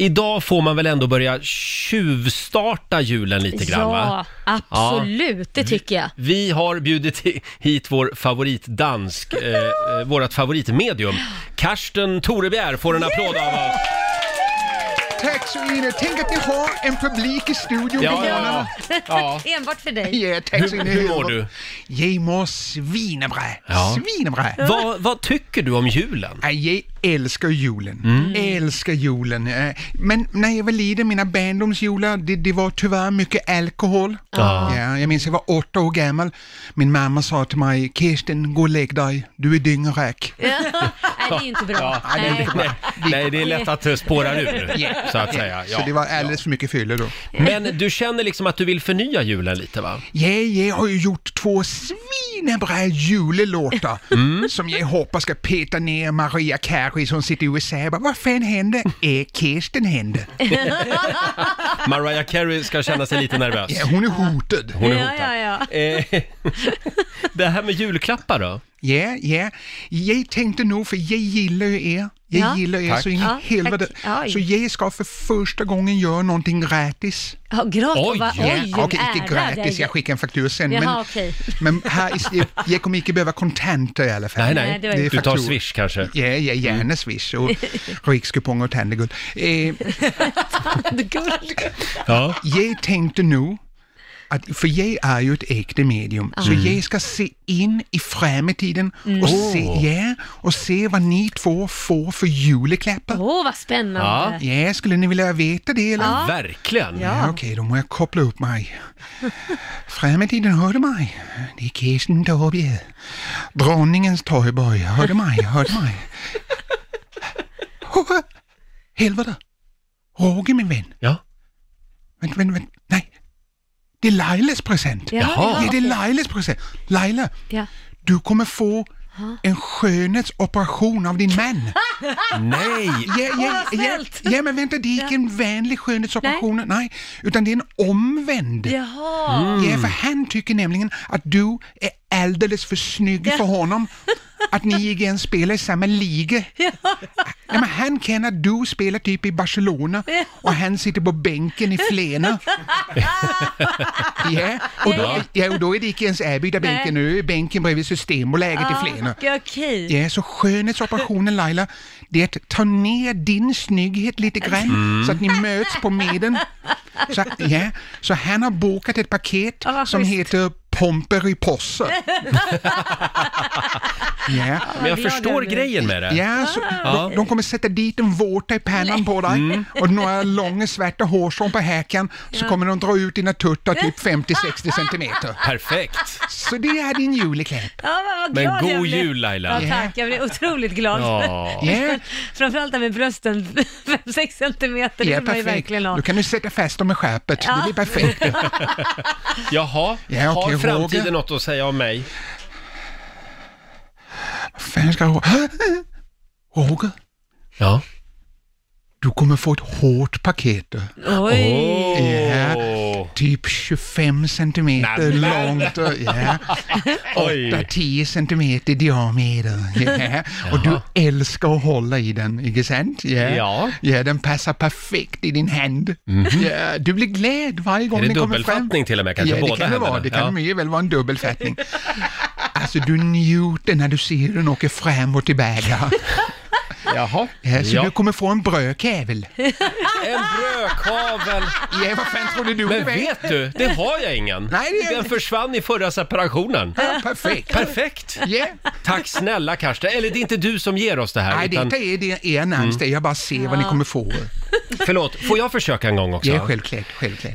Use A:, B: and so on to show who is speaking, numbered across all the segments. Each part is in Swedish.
A: Idag får man väl ändå börja tjuvstarta julen lite grann va?
B: Ja, absolut. Det tycker jag.
A: Vi har bjudit hi- hit vår favoritdansk, eh, eh, vårt favoritmedium. Karsten Torebjer får en applåd av oss.
C: Tack så inne. Tänk att ni har en publik i studion
A: Ja,
C: på morgnarna.
A: ja.
B: Enbart för dig.
C: Ja, tack så
A: Hur-
C: inne.
A: hur mår du?
C: Jag mår svinebra.
A: Ja.
C: Svinebra.
A: Vad, vad tycker du om julen?
C: Nej, Jag älskar julen.
A: Mm.
C: Älskar julen. Eh, Men när jag var liten, mina barndomsjular, det, det var tyvärr mycket alkohol.
A: Ja.
C: Ja, jag minns jag var åtta år gammal. Min mamma sa till mig, Kirsten, gå och lägg dig. Du är dyngrak.
B: Ja. Nej, det är ju inte bra.
C: det är inte bra.
A: Nej, nej, det är lätt att det spårar ur, så att säga.
C: Så det
A: Ja.
C: var alldeles för mycket fyller då.
A: Men du känner liksom att du vill förnya julen lite va?
C: Jag, jag har ju gjort två svinebra julelåtar som jag hoppas ska peta ner Maria Carey som sitter i USA och bara, vad fan hände? Är Kirsten hände?
A: Mariah Carey ska känna sig lite nervös.
C: Ja, hon är hotad.
A: Hon är
B: Ja,
A: hotad.
B: ja, ja.
A: Eh, det här med julklappar då?
C: Ja, ja. Jag tänkte nog, för jag gillar ju er. Jag
B: Ja.
C: gillar er
A: Tack.
C: så in i
B: Ja,
C: helvete.
B: tack. Oj.
C: Så jag ska för första gången göra någonting gratis.
B: ja gratis.
A: Oj.
B: Va-
A: Ja,
B: Oj,
C: Okej, inte
B: ära
C: gratis,
B: dig.
C: jag skickar en faktura sen.
B: Jaha,
C: men,
B: okej.
C: men här, i- jag, jag kommer inte behöva kontanter i alla fall.
A: Nej,
B: Nej,
A: nej.
B: det var ju-
A: Du tar
C: fakturor.
A: swish kanske.
C: Ja, ja, gärna Swish och rikskuponger och tändeguld. Eh,
A: Ja.
C: jag tänkte nu, att, för jag är ju ett äkta medium, så jag ska se in i framtiden och, se, ja, och se vad ni två får för julklappar.
B: Åh, vad spännande.
C: Ja, skulle ni vilja veta det eller? Ja.
A: Verkligen.
C: Okej, då må jag koppla upp mig. Framtiden hörde mig. Det är Kirsten Torbjer. Dronningens toyboy. Hörde mig, hörde mig. Hoho! Helvete! Roger min vän.
A: Ja.
C: Vänta, vänta, vänta. Nej. Det är Lailas present.
B: Jaha.
C: Ja, det är Lailas present. Laila,
B: Ja.
C: du kommer få en skönhetsoperation av din man.
A: Nej!
C: Ja, ja,
B: vad
C: ja,
B: snällt.
C: ja, men vänta, det är inte en vanlig skönhetsoperation, nej. utan det är en omvänd.
B: Jaha.
A: Mm.
C: Ja, för han tycker nämligen att du är alldeles för snygg för honom. Att ni inte ens spelar i samma liga. Ja, men han känner att du spelar typ i Barcelona och han sitter på bänken i Flen. Ja, och då, ja, och då är det inte ens erbjudarbänken, nu är bänken bredvid Systembolaget i Flen.
B: Okej, okej.
C: Ja, så skönhetsoperationen Laila, det är att ta ner din snygghet lite grann så att ni möts på mitten. Så, ja, så han har bokat ett paket
B: Ja, vad
C: som
B: schysst.
C: heter Pomperipossa. ja.
A: Men jag
B: glad jag
A: förstår
B: blir.
A: grejen med det.
C: Ja, så de, de kommer sätta dit en vårta i pannan på dig och några långa svarta hårstrån på häcken så kommer de dra ut dina tuttar typ 50-60 centimeter.
A: Perfekt!
C: Så det är din julklapp.
B: Ja, vad- vad
A: Men
B: glad jag
A: god
B: blev.
A: jul, Laila.
B: Ja, tack. Jag blev otroligt glad.
A: Ja.
C: Ja.
B: Framförallt där med brösten, 5-6 centimeter. Det
C: Ja,
B: vill man ju
C: perfekt.
B: verkligen ha.
C: Då kan du sätta fast dem med skärpet. Det blir perfekt.
A: Jaha,
C: Ja,
A: har
C: okej,
A: framtiden
C: Roger.
A: något att säga om mig?
C: Fan ska jag... Roger,
A: Ja.
C: du kommer få ett hårt paket.
B: Oj.
C: Ja. Typ 25 centimeter
A: Nämen.
C: långt. Ja.
A: Oj!
C: 10 centimeter i diameter. Ja. Och du älskar att hålla i den, inte sant? Ja.
A: Ja. Mhm.
C: ja den passar perfekt i din hand. Ja. Du blir glad varje gång
A: Är det
C: den kommer fram.
A: dubbelfattning till och med kanske?
C: ja, det
A: Båda
C: kan det vara.
A: händerna?
C: Det kan
A: Ja.
C: mycket väl vara en dubbelfattning. Alltså, du njuter när du ser hur den åker fram och tillbaka.
A: Jaha.
C: Ja, så
A: Ja.
C: du kommer få en brödkävel.
A: En brödkavel!
C: Ja, vad fan trodde du
A: Men
C: det var?
A: vet du, det har jag ingen.
C: Nej, det är-
A: Den försvann i förra separationen.
C: Ja, perfekt.
A: Perfekt!
C: Ja.
A: Tack snälla Karsten. Eller det är inte du som ger oss det här.
C: Nej,
A: utan- Mm.
C: detta är det er närmaste. Jag bara ser vad ni kommer få.
A: Förlåt, får jag försöka en gång också?
C: Ja, självklart, självklart.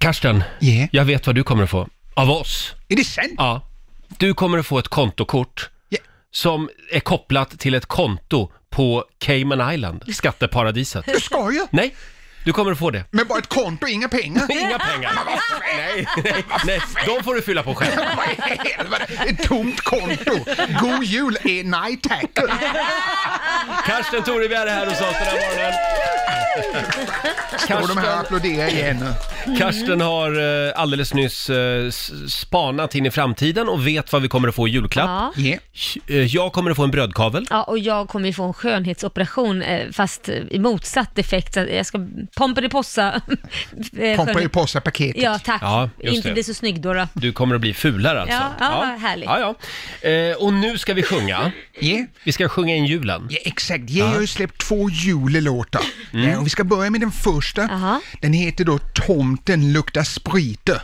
A: Karsten,
C: Ja.
A: jag vet vad du kommer att få. Av oss.
C: Är det sant?
A: Ja. Du kommer att få ett kontokort
C: Ja.
A: som är kopplat till ett konto på Cayman Island, skatteparadiset.
C: Du skojar?
A: Nej, du kommer att få det.
C: Men bara ett konto, inga pengar?
A: Inga pengar. Nej, nej, nej, de får du fylla på själv.
C: Vad i helvete? Ett tomt konto. God jul, eh, nej tack.
A: Karsten Torebjer är här hos oss den här morgonen.
C: Står de här och applåderar igen.
A: Karsten har eh, alldeles nyss eh, s- spanat in i framtiden och vet vad vi kommer att få i julklapp.
B: Ja.
C: Yeah.
A: Eh, Jag kommer att få en brödkavel.
B: ja, och jag kommer ju få en skönhetsoperation eh, fast i motsatt effekt. Så att jag ska Pomperipossa. eh, skönhet-
C: Pomperipossa-paketet.
B: Ja, tack.
A: Ja, just
B: Inte
A: det.
B: bli så snygg då. då.
A: Du kommer att bli fulare alltså.
B: Ja, ja, vad härligt.
A: Ja, ja. Eh, och nu ska vi sjunga.
C: Yeah.
A: Vi ska sjunga in julen.
C: Ja, Mm. exakt. Jag har ju släppt två julelåtar. Ja, och vi ska börja med den första.
B: Aha.
C: Den heter då Tomten luktar sprite.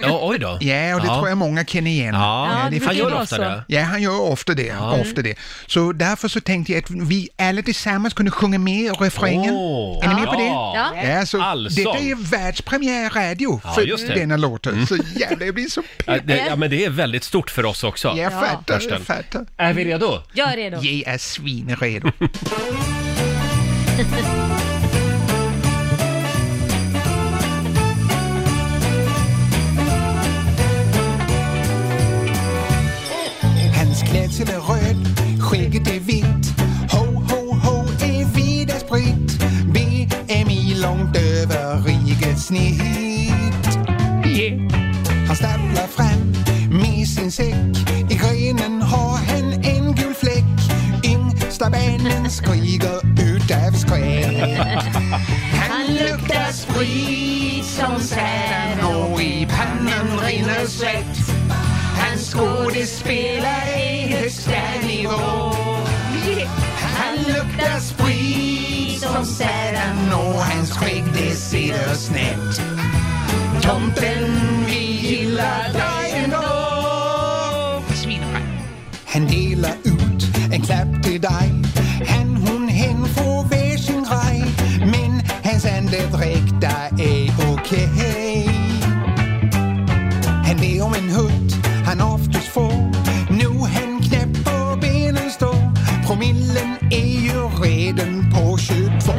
A: Ja, oj då.
C: Ja, och det tror jag många känner igen.
A: Ja,
B: Ja, det
A: han
B: brukar
A: gör
B: vara
A: ofta
B: så.
A: det.
C: Ja, han gör ofta det, ofta det. Så därför så tänkte jag att vi alla tillsammans kunde sjunga med refrängen.
A: Åh.
C: Är ni med på det?
A: Ja.
B: Ja.
C: Ja, så
A: Allsång.
C: detta är världspremiär i radio för
A: just det.
C: denna låten. Så jävlar, jag blir så
A: Ja,
C: pepp.
A: det, ja, men det är väldigt stort för oss också.
C: Jag fattar, jag
A: Karsten.
C: fattar.
A: Är vi redo?
B: Jag är redo.
C: Jag är svinredo. Hans klädsel är röd, skägget är vitt. Ho, ho, ho är vida spritt. BMI långt över rikets snitt. Han stapplar fram med sin säck. I grenen har han en gul fläck. Yngsta bännen skriker utav skräck. Han luktar sprit som satan och i pannan rinner svett. Hans skådespel är högsta nivå. Han luktar sprit som satan och hans skägg det sitter snett. Tomten, vi gillar dig ändå Han delar ut en klapp till dig Han, hon, hen får varsin grej Men hans andedräkt, där är okej Han ber om en hutt han oftast får Nu han knäpp på benen står Promillen är ju redan på 22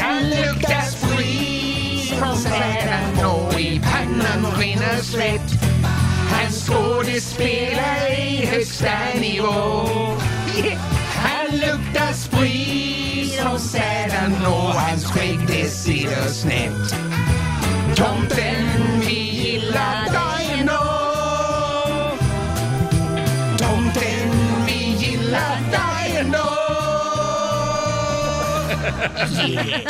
C: han luktar sprit från satan och i pannan rinner svett. Hans skådespel är i högsta nivå. Han luktar sprit från satan och hans skägg det sitter snett. Tomten, vi gillar dig ändå. Tomten, vi gillar dig ändå.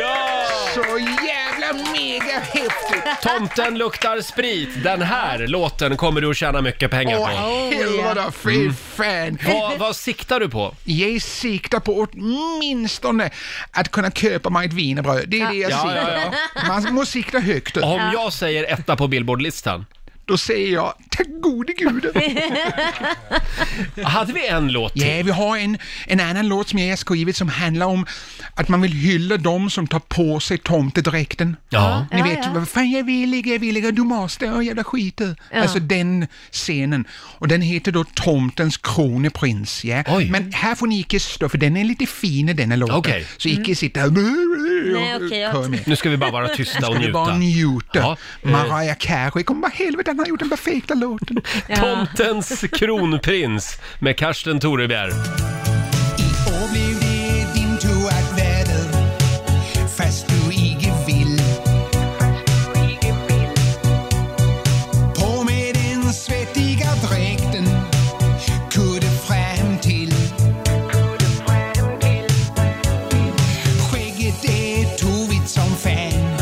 A: Ja!
C: Så jävla mega häftigt!
A: Tomten luktar sprit. Den här låten kommer du att tjäna mycket pengar
C: Åh
A: på.
C: helvete,
A: Mm.
C: fy fan!
A: Vad, vad siktar du på?
C: Jag siktar på åtminstone att kunna köpa mig ett wienerbröd. Det är det jag
A: Ja,
C: siktar.
A: ja,
C: Man måste sikta högt.
A: Om jag säger etta på Billboardlistan,
C: Då säger jag, tack gode gud.
A: hade vi en låt till?
C: Ja, vi har en, en annan låt som jag har skrivit som handlar om att man vill hylla dem som tar på sig tomtedräkten.
A: Ja.
C: Ni
B: Ja,
C: vet,
B: ja.
C: vad fan jag vill ligga, jag vill ligga, du måste, och jävla skiter. Alltså den scenen. Och den heter då Tomtens kroneprins. Ja.
A: Oj.
C: Men här får ni icke stå, för den är lite fin den här låten.
A: Okej. Mm.
C: Så icke sitta och Nej,
B: okej, jag-
C: med.
A: Nu ska vi bara vara tysta och
C: Ska vi bara
A: njuta.
C: njuta.
A: Ja, eh.
C: Mariah Carey, kom bara helvete, han har gjort den perfekta låten.
A: Tomtens kronprins med Karsten Torebjer.
D: I år blev det din tur att väder Fast du icke vill På med den svettiga dräkten Kudde fram till Skägget är tovigt som fan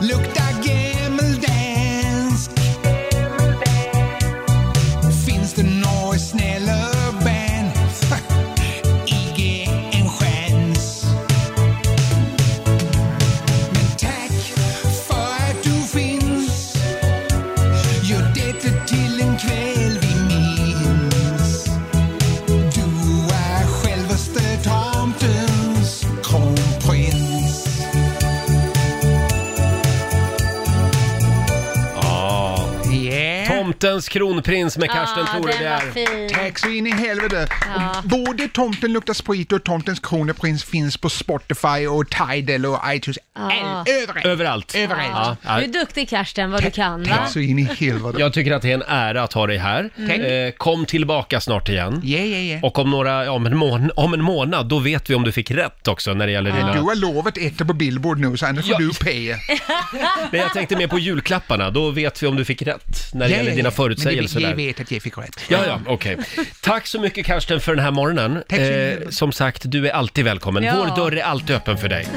D: Luktar gammeldansk Finns det några snälla band?
A: Tomtens kronprins med Karsten
B: ja, Ah, den var
A: Torebjer.
B: fin.
C: Tack så in i helvete!
B: Ja.
C: Och Både Tomten luktar sprit och Tomtens kroneprins finns på Spotify och Tidal och iTunes.
B: Ja.
C: Äl- Överallt!
A: Överallt.
C: Överallt.
A: Ja, ja.
B: Du är duktig Karsten, vad du kan va?
C: Tack så in i helvete.
A: Jag tycker att det är en ära att ha dig här. Eh, kom tillbaka snart igen.
C: Mm. Yeah, yeah, yeah.
A: Och om, några, ja, om, en mån, om en månad, då vet vi om du fick rätt också när det gäller
C: Ah. Du
A: dina...
C: har lovat etta på Billboard nu, så annars får
A: Ja.
C: du pay.
A: Nej, jag tänkte mer på julklapparna. Då vet vi om du fick rätt när det gäller dina förutsägelser
C: Men det-
A: där.
C: jag vet att jag fick rätt.
A: Ja, ja, okej. Tack så mycket Karsten för den här morgonen.
C: Tack så
A: Eh,
C: mycket.
A: som sagt, du är alltid välkommen.
B: Ja.
A: Vår dörr är alltid öppen för dig.